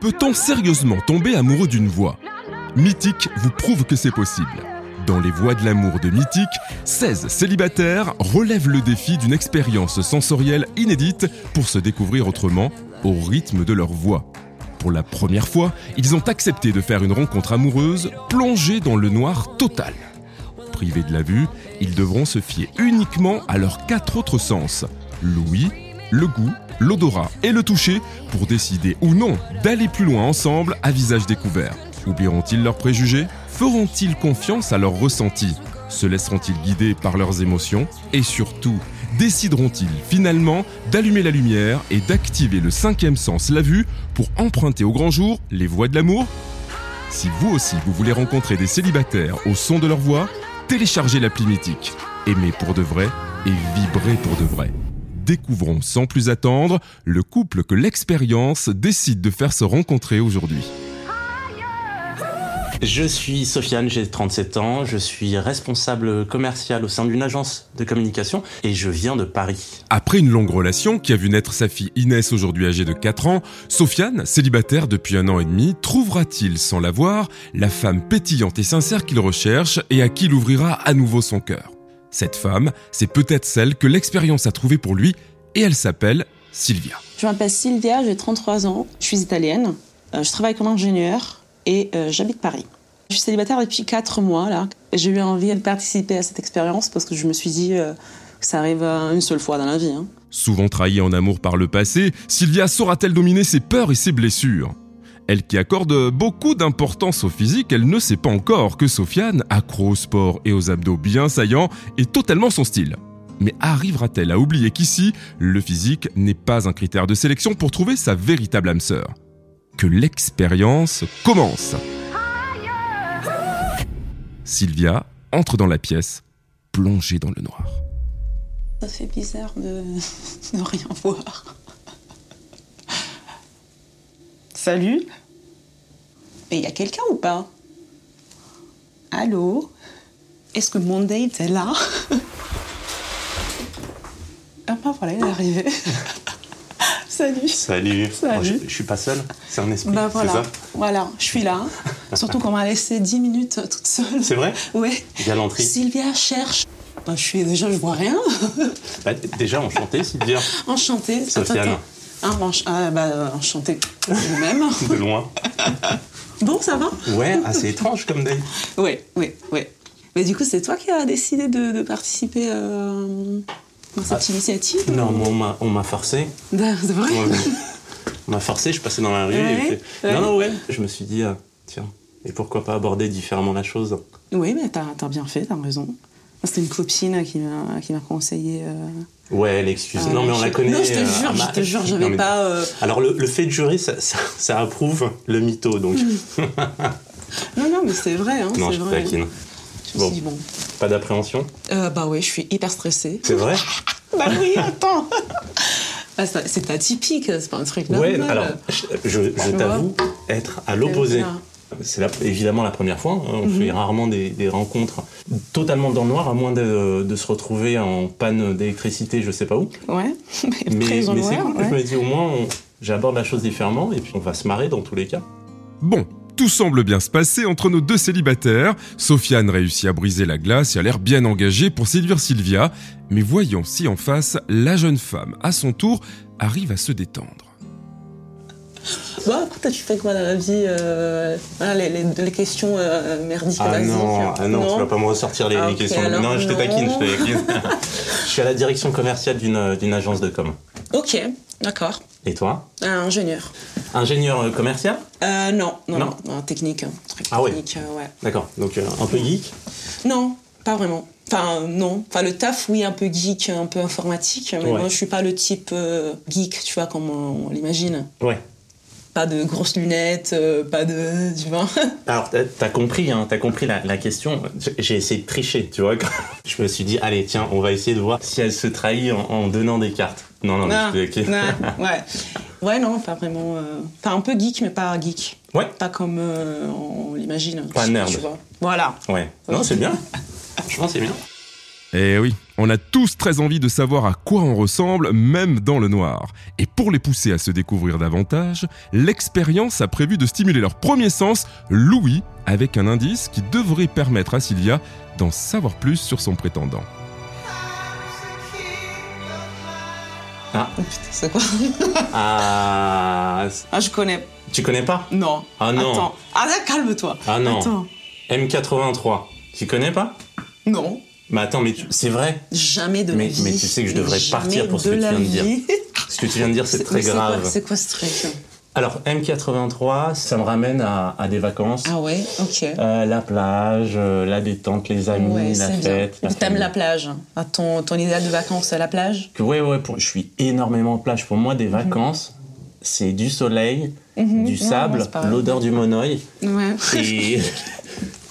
Peut-on sérieusement tomber amoureux d'une voix Mythique vous prouve que c'est possible. Dans les voies de l'amour de Mythique, 16 célibataires relèvent le défi d'une expérience sensorielle inédite pour se découvrir autrement au rythme de leur voix. Pour la première fois, ils ont accepté de faire une rencontre amoureuse plongée dans le noir total. Privés de la vue, ils devront se fier uniquement à leurs quatre autres sens, l'ouïe, le goût, l'odorat et le toucher pour décider ou non d'aller plus loin ensemble à visage découvert. Oublieront-ils leurs préjugés Feront-ils confiance à leurs ressentis Se laisseront-ils guider par leurs émotions Et surtout, décideront-ils finalement d'allumer la lumière et d'activer le cinquième sens, la vue, pour emprunter au grand jour les voies de l'amour Si vous aussi vous voulez rencontrer des célibataires au son de leur voix, téléchargez l'appli mythique. Aimez pour de vrai et vibrez pour de vrai découvrons sans plus attendre le couple que l'expérience décide de faire se rencontrer aujourd'hui. Je suis Sofiane, j'ai 37 ans, je suis responsable commercial au sein d'une agence de communication et je viens de Paris. Après une longue relation qui a vu naître sa fille Inès aujourd'hui âgée de 4 ans, Sofiane, célibataire depuis un an et demi, trouvera-t-il sans l'avoir la femme pétillante et sincère qu'il recherche et à qui il ouvrira à nouveau son cœur cette femme, c'est peut-être celle que l'expérience a trouvée pour lui et elle s'appelle Sylvia. Je m'appelle Sylvia, j'ai 33 ans, je suis italienne, euh, je travaille comme ingénieure et euh, j'habite Paris. Je suis célibataire depuis 4 mois là. J'ai eu envie de participer à cette expérience parce que je me suis dit euh, que ça arrive euh, une seule fois dans la vie. Hein. Souvent trahie en amour par le passé, Sylvia saura-t-elle dominer ses peurs et ses blessures elle qui accorde beaucoup d'importance au physique, elle ne sait pas encore que Sofiane, accro au sport et aux abdos bien saillants, est totalement son style. Mais arrivera-t-elle à oublier qu'ici, le physique n'est pas un critère de sélection pour trouver sa véritable âme sœur Que l'expérience commence Sylvia entre dans la pièce, plongée dans le noir. Ça fait bizarre de ne rien voir. Salut. Mais il y a quelqu'un ou pas Allô Est-ce que mon date est là Ah bah voilà, il est arrivé. Salut. Salut. Salut. Moi, je, je suis pas seul, c'est un esprit. Bah c'est voilà, ça voilà, je suis là. Surtout qu'on m'a laissé 10 minutes toute seule. C'est vrai Ouais. Galanterie. Sylvia cherche. Bah, je suis déjà, je vois rien. Bah, d- déjà enchanté, Sylvia, Enchantée. Attends, Sofiane. attends. Ah, bah, ench- ah, bah, euh, enchantée. Vous-même. de loin. Bon, ça va Ouais, assez étrange comme date. Ouais, ouais, ouais. Mais du coup, c'est toi qui as décidé de, de participer euh, à cette Ah. initiative Non, moi, on m'a- on m'a forcé. Ben, C'est vrai On m'a- on m'a forcé, je passais dans la rue. Ouais, et puis- ouais. Non, non, ouais. Je me suis dit, ah, tiens, et pourquoi pas aborder différemment la chose Oui, mais t'as t'as bien fait, t'as raison. C'était une copine qui m'a qui m'a conseillé. euh, Ouais, l'excuse. euh, non, mais on la je- connaît. Non, je te euh, jure, Ama- je te jure, Non, j'avais mais- pas. euh, Alors, le, le fait de jurer, ça, ça, ça approuve le mytho, donc. Non, non, mais c'est vrai, hein, non, Mmh. c'est je te vrai. Je me taquine. suis Bon. dit, bon. Pas d'appréhension Euh, bah ouais, je suis hyper stressée. C'est vrai bah oui, attends Bah, ça- C'est atypique, c'est pas un truc Ouais, normal. alors, je, je- je Bah Tu vois t'avoue être à l'opposé. C'est la- évidemment la première fois. hein, On Mmh. fait rarement des, des rencontres totalement dans le noir, à moins de, de se retrouver en panne d'électricité, je sais pas où. Ouais, mais, Mais, très mais c'est honoraire, cool, ouais. je me dis au moins, on- j'aborde la chose différemment et puis on va se marrer dans tous les cas. Bon, tout semble bien se passer entre nos deux célibataires. Sofiane réussit à briser la glace et a l'air bien engagée pour séduire Sylvia. Mais voyons si en face, la jeune femme, à son tour, arrive à se détendre. Bon, après, toi, tu fais quoi dans la vie euh, voilà, les, les- les questions euh, merdiques Ah basiques. euh, non, ah non, tu vas pas me ressortir les, Ah, les ok, questions. alors non, je te non. taquine, je te taquine. je suis à la direction commerciale d'une d'une agence de com. Ok, d'accord. Et toi Un ingénieur. Ingénieur euh, commercial Euh, non, non, Non. non, non, technique. hein, Truc Ah ouais. technique, euh, ouais. D'accord, donc euh, un peu geek. Non, pas vraiment. Enfin, euh, non. Enfin, le taf, oui, un peu geek, un peu informatique, mais Ouais. moi, je suis pas le type euh, geek, tu vois, comme on, on l'imagine. Ouais. Pas de grosses lunettes, euh, pas de. Tu vois Alors, t'as- t'as compris, hein, t'as compris la, la question. J'ai- J'ai essayé de tricher, tu vois. quand- Je me suis dit, allez, tiens, on va essayer de voir si elle se trahit en, en donnant des cartes. Non, non, Non, non, je te taquine. non, ouais. Ouais, non, pas vraiment. euh, Enfin, un peu geek, mais pas geek. Ouais. Pas comme euh, on l'imagine. Pas tu- nerd. Tu vois. Voilà. Ouais. Non, c'est bien. Je pense que c'est bien. Eh oui, on a tous très envie de savoir à quoi on ressemble, même dans le noir. Et pour les pousser à se découvrir davantage, l'expérience a prévu de stimuler leur premier sens, l'ouïe, avec un indice qui devrait permettre à Sylvia d'en savoir plus sur son prétendant. Ah, Oh putain, c'est quoi ah, Ah, je connais. tu connais pas Non. Ah non. Attends. Ah, là, calme-toi. Ah non. Attends. M83, tu connais pas Non. Mais attends, mais tu- c'est vrai. Jamais de Mais- la vie. mais tu sais que je devrais Jamais partir pour ce que de tu la viens de dire. vie. Ce que tu viens de dire, c'est très Mais quoi- grave. C'est quoi ce truc Alors, M83, ça me ramène à, à des vacances. Ah ouais, ok. Euh, la plage, euh, la détente, les amis, ouais, la c'est bien. fête. T'aimes la plage. hein. Ah, ton, ton idéal de vacances, c'est la plage Oui, ouais, pour- je suis énormément en plage. Pour moi, des vacances, c'est du soleil, du Mhm. ouais, sable, c'est pareil. l'odeur du monoeil Ouais. et,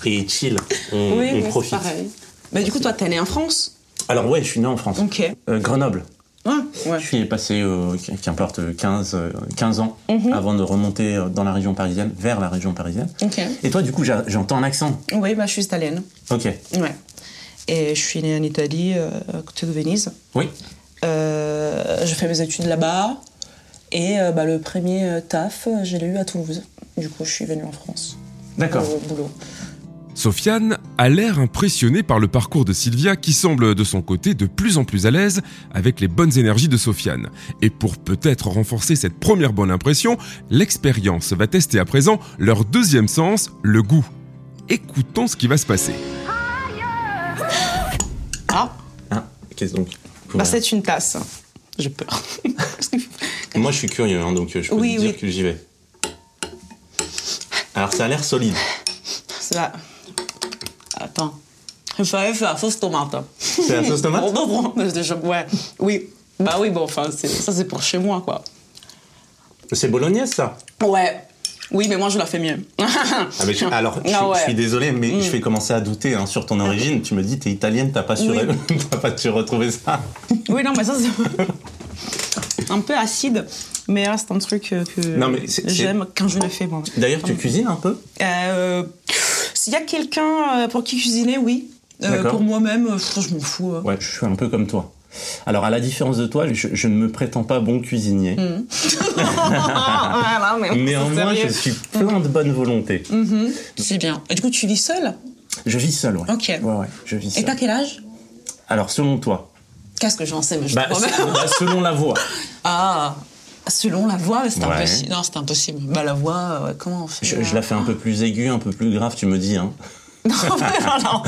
et chill. On, oui, on oui, c'est profite. pareil. Mais du coup, toi, t'es né en France Alors, ouais, je suis né en France. Ok. Euh, Grenoble. Ouais. ouais. Je suis passé, euh, qu- qu'importe, euh, 15, euh, 15 ans Mhm. avant de remonter euh, dans la région parisienne, vers la région parisienne. Ok. Et toi, du coup, j'a- j'entends un accent. Oui, bah, je suis italienne. Ok. Ouais. Et je suis née en Italie, euh, à côté de Venise. Oui. Euh, j'ai fait mes études là-bas. Et euh, bah, le premier euh, taf, euh, je l'ai eu à Toulouse. Du coup, je suis venue en France. D'accord. Au boulot. Sofiane a l'air impressionnée par le parcours de Sylvia qui semble de son côté de plus en plus à l'aise avec les bonnes énergies de Sofiane. Et pour peut-être renforcer cette première bonne impression, l'expérience va tester à présent leur deuxième sens, le goût. Écoutons ce qui va se passer. Ah, Ah, qu'est-ce donc bah, Voilà. c'est une tasse. J'ai peur. Parce que- Moi, je suis curieux, hein, donc euh, je peux Oui, te dire oui. que j'y vais. Alors, ça a l'air solide. C'est la... Attends. Il fallait faire la sauce tomate. C'est la sauce tomate Bon, bon, bon, mais je- Ouais. Oui. Bah oui, bon, enfin, c'est- ça c'est pour chez moi, quoi. C'est bolognaise, ça Ouais. Oui, mais moi je la fais mieux. Ah, mais je- Alors, je, Ah ouais. Ah. je suis désolé, mais je vais commencer à douter hein, sur ton origine. Tu me dis, t'es italienne, t'as pas su, Oui. t'as pas su retrouver ça. Oui, non, mais ça c'est. un peu acide, mais là, c'est un truc euh, que Non, mais c'est- j'aime quand je le fais moi. D'ailleurs, tu cuisines un peu Euh, S'il y a quelqu'un euh, pour qui cuisiner, oui. Euh, D'accord. pour moi-même, euh, je m'en fous. hein. Ouais, je suis un peu comme toi. Alors, à la différence de toi, je, je ne me prétends pas bon cuisinier. Mm. Ah, non, mais Néanmoins, sérieux. Mm. je suis plein de bonne volonté. C'est bien. Et du coup, tu vis seule Je vis seul, ouais. Ok. Ouais, ouais, je vis Et seul. t'as quel âge Alors, selon toi Qu'est-ce que j'en sais, mais je bah, te promets. se- bah, selon la voix. Ah, selon la voix, mais c'est Ouais. impossible. Non, c'est impossible. Bah, la voix, euh, ouais, comment on fait Je, là je la fais un peu plus aiguë, un peu plus grave, tu me dis. Hein. Non, non, non.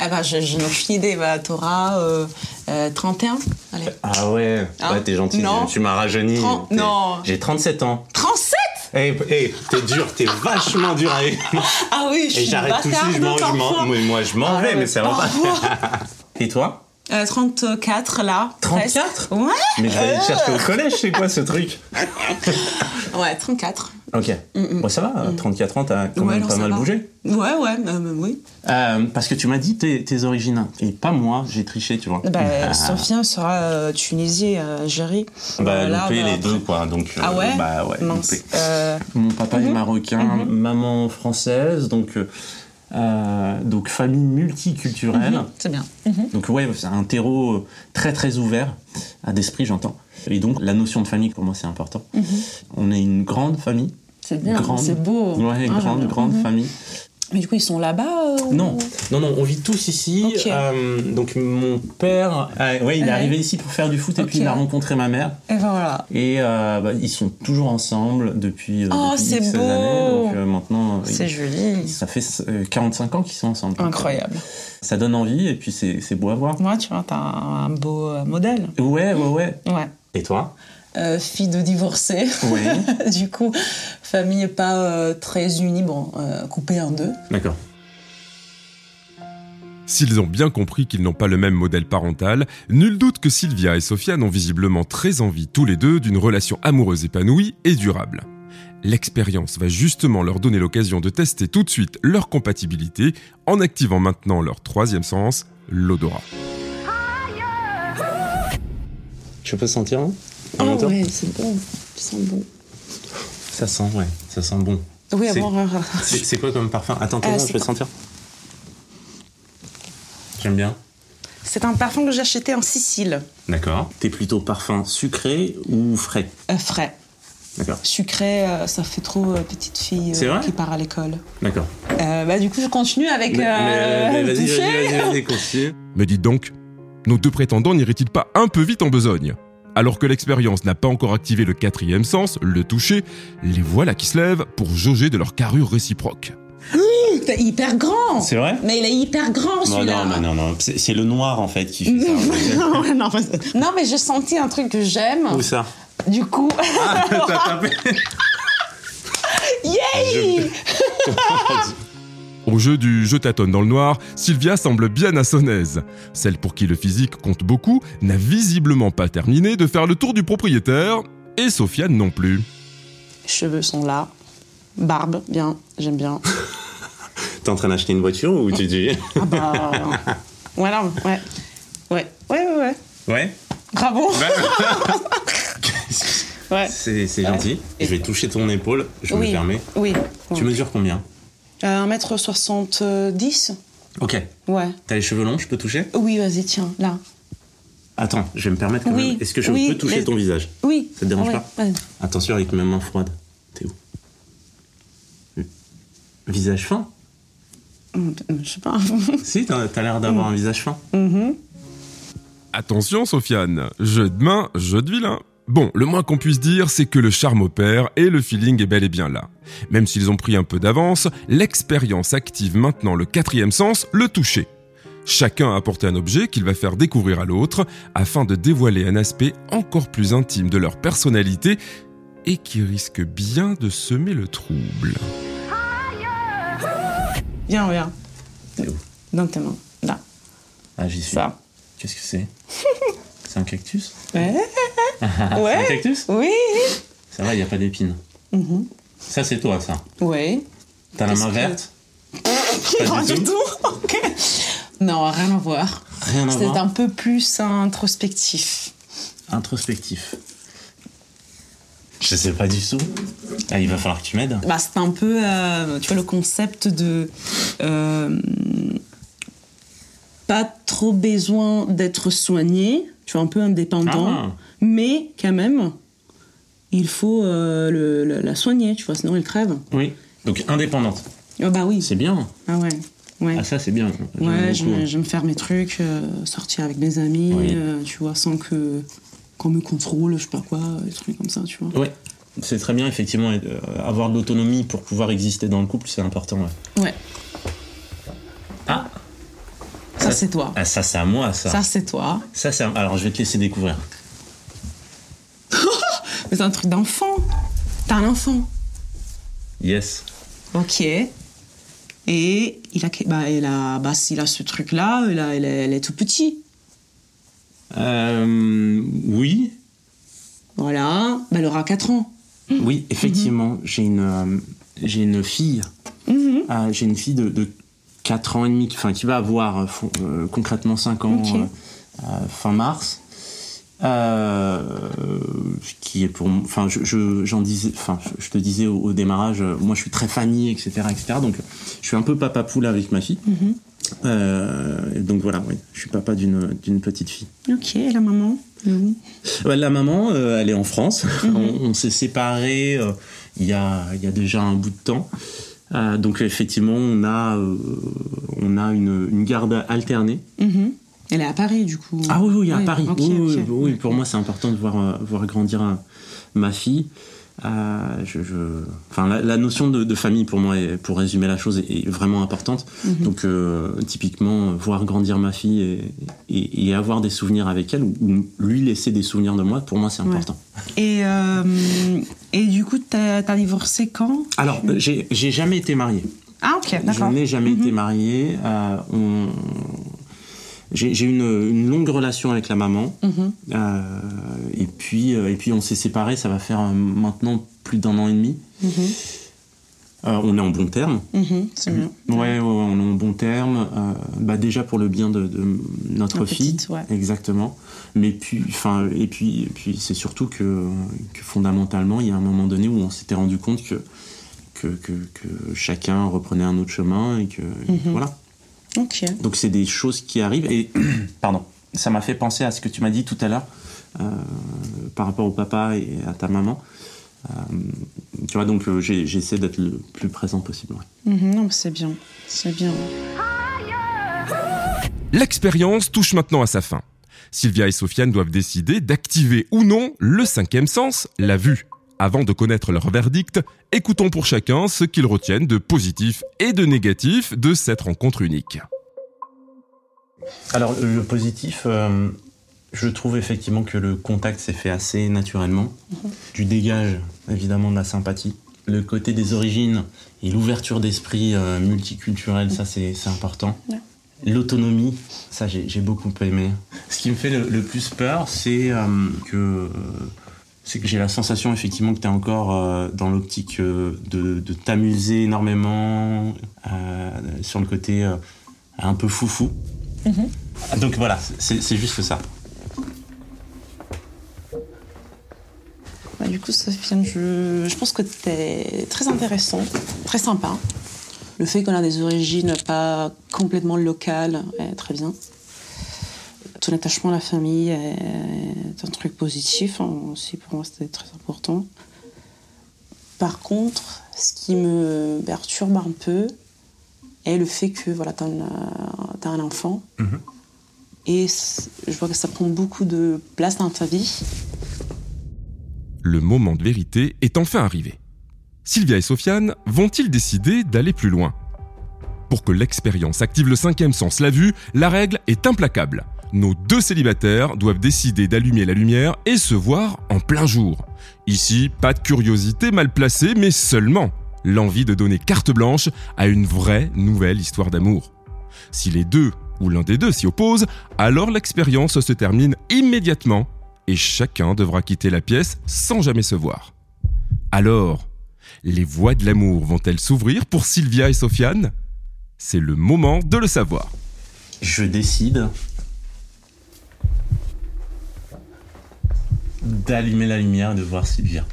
Eh ben, je, je n'ai aucune idée. Bah, t'auras euh, euh, 31. Allez. Ah ouais, Hein ouais, t'es gentil, Non. tu m'as rajeuni. Tren- T'es- non. J'ai 37 ans. 37 Eh, eh, t'es dur, t'es vachement dur à Ah oui, je Et suis j'arrête tout de bâtarde suite, je m'en- je m'en- parfois. moi, moi, je m'en Ah vais, ouais, mais ça va pas. parfois. Et toi Euh, 34 là. 34? presque. Ouais. Mais je vais aller te chercher au collège, c'est quoi ce truc Ouais, 34. Ok. Bon, ça va, 34 ans, t'as quand Mm, ouais, même non, pas ça mal va. bougé. Ouais, ouais, euh, euh, oui. Euh, parce que tu m'as dit tes, tes origines. Et pas moi, j'ai triché, tu vois. Bah, Ah. Sophia sera euh, tunisienne, euh, Algérie. Bah, Euh, là, loupé bah, les deux, quoi. Donc, euh, Ah ouais Bah, ouais, Mince. Mhm. loupé. Euh, Mon papa est marocain, maman française, donc, euh, euh, donc famille multiculturelle. c'est bien. Donc ouais, c'est un terreau euh, très très ouvert, à d'esprit j'entends. Et donc la notion de famille pour moi c'est important. On est une grande famille. C'est Mhm. bien, Grande. c'est beau. Ah, Ouais, j'aime grande, bien. grande famille. Mais du coup, ils sont là-bas euh, ou- Non, non, non, on vit tous ici. Ok. Euh, donc mon père, euh, ouais, il est Ouais. arrivé ici pour faire du foot et puis Ok. il a rencontré ma mère. Et ben voilà. Et euh, bah, ils sont toujours ensemble depuis, euh, Oh, depuis c'est X beau. années. Donc euh, maintenant, euh, C'est ils- joli. ça fait euh, 45 ans qu'ils sont ensemble. euh, Incroyable. Ça donne envie et puis c'est c'est beau à voir. Moi, tu vois, t'as un, un beau euh, modèle. Ouais, ouais, ouais. Ouais. Et toi Euh, fille de divorcée. Oui. du coup, famille pas euh, très unie. Bon, euh, coupée en deux. D'accord. S'ils ont bien compris qu'ils n'ont pas le même modèle parental, nul doute que Sylvia et Sofiane ont visiblement très envie tous les deux d'une relation amoureuse épanouie et durable. L'expérience va justement leur donner l'occasion de tester tout de suite leur compatibilité en activant maintenant leur troisième sens, l'odorat. Je peux sentir hein En Ah, même temps c'est bon. sent bon. Ça sent, ouais, ça sent bon. Oui, C'est- avant. euh, C'est Ah, c'est quoi comme parfum Attends, attends, Euh, je c'est vais quoi sentir. J'aime bien. C'est un parfum que j'ai acheté en Sicile. D'accord. T'es plutôt parfum sucré ou frais Euh, frais. D'accord. Sucré, euh, ça fait trop euh, petite fille euh, C'est vrai qui part à l'école. D'accord. Euh, bah, du coup, je continue avec. Mais- euh, mais- mais le vas-y, toucher. vas-y, vas-y, vas-y, continue. Mais dites donc, nos deux prétendants n'iraient-ils pas un peu vite en besogne Alors que l'expérience n'a pas encore activé le quatrième sens, le toucher, les voilà qui se lèvent pour jauger de leur carrure réciproque. T'es hyper grand C'est vrai Mais il est hyper grand Non, celui-là non, mais non, non. C'est c'est le noir en fait qui fait ça. non, non, mais- non, mais j'ai senti un truc que j'aime. Où ça Du coup, T'as tapé. yay Au jeu du Je tâtonne dans le noir, Sylvia semble bien à son aise. Celle pour qui le physique compte beaucoup n'a visiblement pas terminé de faire le tour du propriétaire, et Sofiane non plus. Cheveux sont là, barbe, bien, j'aime bien. T'es en train d'acheter une voiture ou tu dis Ah bah, voilà, ouais, ouais, ouais, ouais, ouais. Ouais. Bravo, ouais. c'est c'est gentil. Je vais toucher ton épaule. Je oui, me permets. oui. Tu mesures combien Euh, 1m70 Ok. Ouais. T'as les cheveux longs, je peux toucher Oui, vas-y, tiens, là. Attends, je vais me permettre quand Oui, même. Est-ce que je oui, peux toucher mais- ton visage Oui. Ça te dérange Ouais, pas ouais. Attention avec mes mains froides. T'es où Visage fin Hum, Je sais pas. Mm-hmm. Si, t'as t'as l'air d'avoir un visage fin. Attention Sofiane, jeu de main, jeu de vilain. Bon, le moins qu'on puisse dire, c'est que le charme opère et le feeling est bel et bien là. Même s'ils ont pris un peu d'avance, l'expérience active maintenant le quatrième sens, le toucher. Chacun a apporté un objet qu'il va faire découvrir à l'autre afin de dévoiler un aspect encore plus intime de leur personnalité et qui risque bien de semer le trouble. Viens, regarde. C'est où Dans tes mains. Là. Ah, j'y suis. Ça. Qu'est-ce que c'est C'est un cactus Ouais. Ah. C'est un ouais. cactus Oui. Ça va, il n'y a pas d'épines. Ça, c'est toi, ça. Ouais. T'as la Mhm. Qu'est-ce main que- verte Pas du du tout. Ok. Non, rien à voir. Rien à C'était voir. un peu plus introspectif. Introspectif. Je sais pas du tout. Ah, il va falloir que tu m'aides. Bah, c'était un peu, euh, tu vois, le concept de euh, pas trop besoin d'être soigné, tu vois, un peu indépendant, Ah. mais quand même, il faut euh, le- le- la soigner, tu vois, sinon elle crève. Oui. Donc, indépendante. Ah bah oui. C'est bien. Ah ouais. Ouais. Ah, ça, c'est bien. J'aime Ouais, beaucoup. hein. j'aime j'aime faire mes trucs, euh, sortir avec mes amis, Oui. euh, tu vois, sans que qu'on me contrôle, je sais pas quoi, des trucs comme ça, tu vois. hein. Ouais. C'est très bien, effectivement. et, euh, avoir de l'autonomie pour pouvoir exister dans le couple, c'est important. ouais. Ouais, Ah, ça c'est toi. ah, ça, c'est à moi, ça. Ça c'est toi. Ça, c'est à- Alors, je vais te laisser découvrir. Mais c'est un truc d'enfant. T'as un enfant. Yes. Ok. Et il a, que- bah, il a, bah, s'il a ce truc-là, il, a- il est, il est tout petit. Euh, oui, Voilà. Bah, il aura 4 ans. Oui, effectivement, j'ai une euh, j'ai une fille, Ah, j'ai une fille de, de 4 ans et demi, qui- enfin qui va avoir euh, fon- euh, concrètement 5 ans Ok. euh, euh, fin mars. Euh, qui est pour m- enfin je, je- j'en disais enfin je, je te disais au, au démarrage euh, moi je suis très famille etc etc donc je suis un peu papa poule avec ma fille Euh, donc voilà oui je suis papa d'une d'une petite fille Ok, et la maman elle est où Ouais, la maman, euh, elle est en France. Mhm. On, on s'est séparés euh, il y, a, il y a déjà un bout de temps. Euh, donc effectivement, on a, euh, on a une, une garde alternée. Mhm. Elle est à Paris, du coup. Ah oui, oui, à Ouais, Paris. ok, oui, oui, ok. oui, oui, pour moi, c'est important de voir, euh, voir grandir euh, ma fille. Euh, je, je- Enfin, la, la notion de, de famille, pour moi, est- pour résumer la chose, est, est vraiment importante. Mhm. Donc, euh, typiquement, euh, voir grandir ma fille et, et- et avoir des souvenirs avec elle, ou, ou lui laisser des souvenirs de moi, pour moi, c'est Ouais. important. Et, euh, et du coup, t'as t'as divorcé quand Alors, euh, j'ai j'ai jamais été marié. Ah, ok, Je d'accord. n'ai jamais été marié. euh, on- J'ai j'ai eu une, une longue relation avec la maman. Mhm, euh, et, puis, euh, et puis, on s'est séparés. Ça va faire euh, maintenant plus d'un an et demi. Euh, on est en bon terme. Mhm, C'est bien. Ouais, ouais, ouais, on est en bon terme. euh, bah déjà pour le bien de, de notre La fille, petite, ouais. exactement. Mais puis, enfin, et puis, et puis c'est surtout que, que fondamentalement, il y a un moment donné où on s'était rendu compte que que, que que chacun reprenait un autre chemin et que et voilà. Ok. Donc c'est des choses qui arrivent et pardon, ça m'a fait penser à ce que tu m'as dit tout à l'heure euh, par rapport au papa et à ta maman. Euh, tu vois, donc euh, j'ai- j'essaie d'être le plus présent possible. ouais. Mhm, non, mais c'est bien. C'est bien. L'expérience touche maintenant à sa fin. Sylvia et Sofiane doivent décider d'activer ou non le cinquième sens, la vue. Avant de connaître leur verdict, écoutons pour chacun ce qu'ils retiennent de positif et de négatif de cette rencontre unique. Alors le positif, euh, je trouve effectivement que le contact s'est fait assez naturellement. Tu dégages évidemment de la sympathie. Le côté des origines et l'ouverture d'esprit euh, multiculturel, ça c'est c'est important. Ouais. L'autonomie, ça j'ai j'ai beaucoup aimé. Ce qui me fait le, le plus peur, c'est euh, que euh, c'est que j'ai la sensation effectivement que tu es encore euh, dans l'optique euh, de, de t'amuser énormément euh, sur le côté euh, un peu foufou. Ah, Donc voilà, c'est c'est juste ça. Bah, du coup, Sofiane, je, je pense que t'es très intéressant, très sympa. Le fait qu'on a des origines pas complètement locales, est très bien. Ton attachement à la famille est un truc positif hein, aussi pour moi, c'était très important. Par contre, ce qui me perturbe un peu est le fait que voilà, t'as un, euh, t'as un enfant et c- je vois que ça prend beaucoup de place dans ta vie. Le moment de vérité est enfin arrivé. Sylvia et Sofiane vont-ils décider d'aller plus loin Pour que l'expérience active le cinquième sens, la vue, la règle est implacable. Nos deux célibataires doivent décider d'allumer la lumière et se voir en plein jour. Ici, pas de curiosité mal placée, mais seulement l'envie de donner carte blanche à une vraie nouvelle histoire d'amour. Si les deux ou l'un des deux s'y oppose, alors l'expérience se termine immédiatement et chacun devra quitter la pièce sans jamais se voir. Alors, les voies de l'amour vont-elles s'ouvrir pour Sylvia et Sofiane C'est le moment de le savoir. Je décide d'allumer la lumière et de voir Sylvia.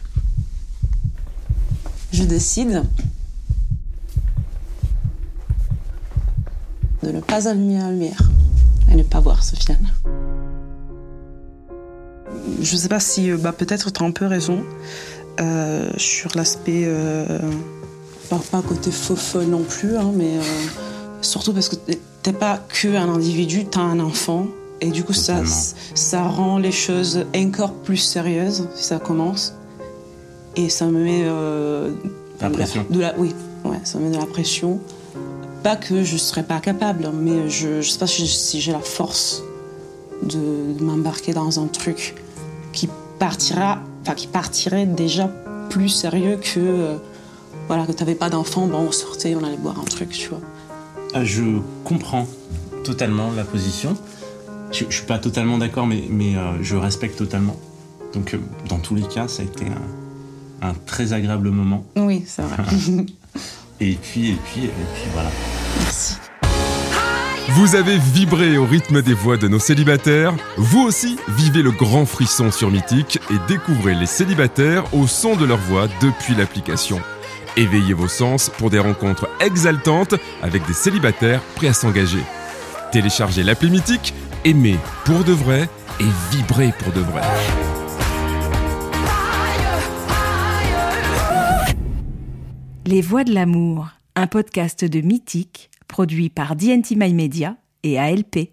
Je décide de ne pas allumer la lumière et ne pas voir Sofiane. Je sais pas si euh, bah, peut-être tu as un peu raison euh, sur l'aspect. euh, pas- pas côté faux folle non plus, hein, mais euh, surtout parce que t'es- t'es pas que un individu, t'as un enfant. Et du coup, ça, Totalement. ça rend les choses encore plus sérieuses si ça commence. Et ça me met euh, La pression. de la, oui, ouais, ça me met de la pression. Pas que je serais pas capable, hein, mais je, je sais pas si, si j'ai la force de, de m'embarquer dans un truc qui partira, enfin qui partirait déjà plus sérieux que euh, voilà que t'avais pas d'enfant, bon on sortait, on allait boire un truc, tu vois. Euh, Je comprends totalement la position. Je, je suis pas totalement d'accord, mais, mais euh, je respecte totalement. Donc, euh, dans tous les cas, ça a été un, un très agréable moment. Oui, c'est vrai. Et puis, et puis, et puis voilà. Merci. Vous avez vibré au rythme des voix de nos célibataires. Vous aussi, vivez le grand frisson sur Mythique et découvrez les célibataires au son de leur voix depuis l'application. Éveillez vos sens pour des rencontres exaltantes avec des célibataires prêts à s'engager. Téléchargez l'appli Mythique, aimez pour de vrai et vibrez pour de vrai. Les Voix de l'amour, un podcast de Mythique, produit par DNT My Media et ALP.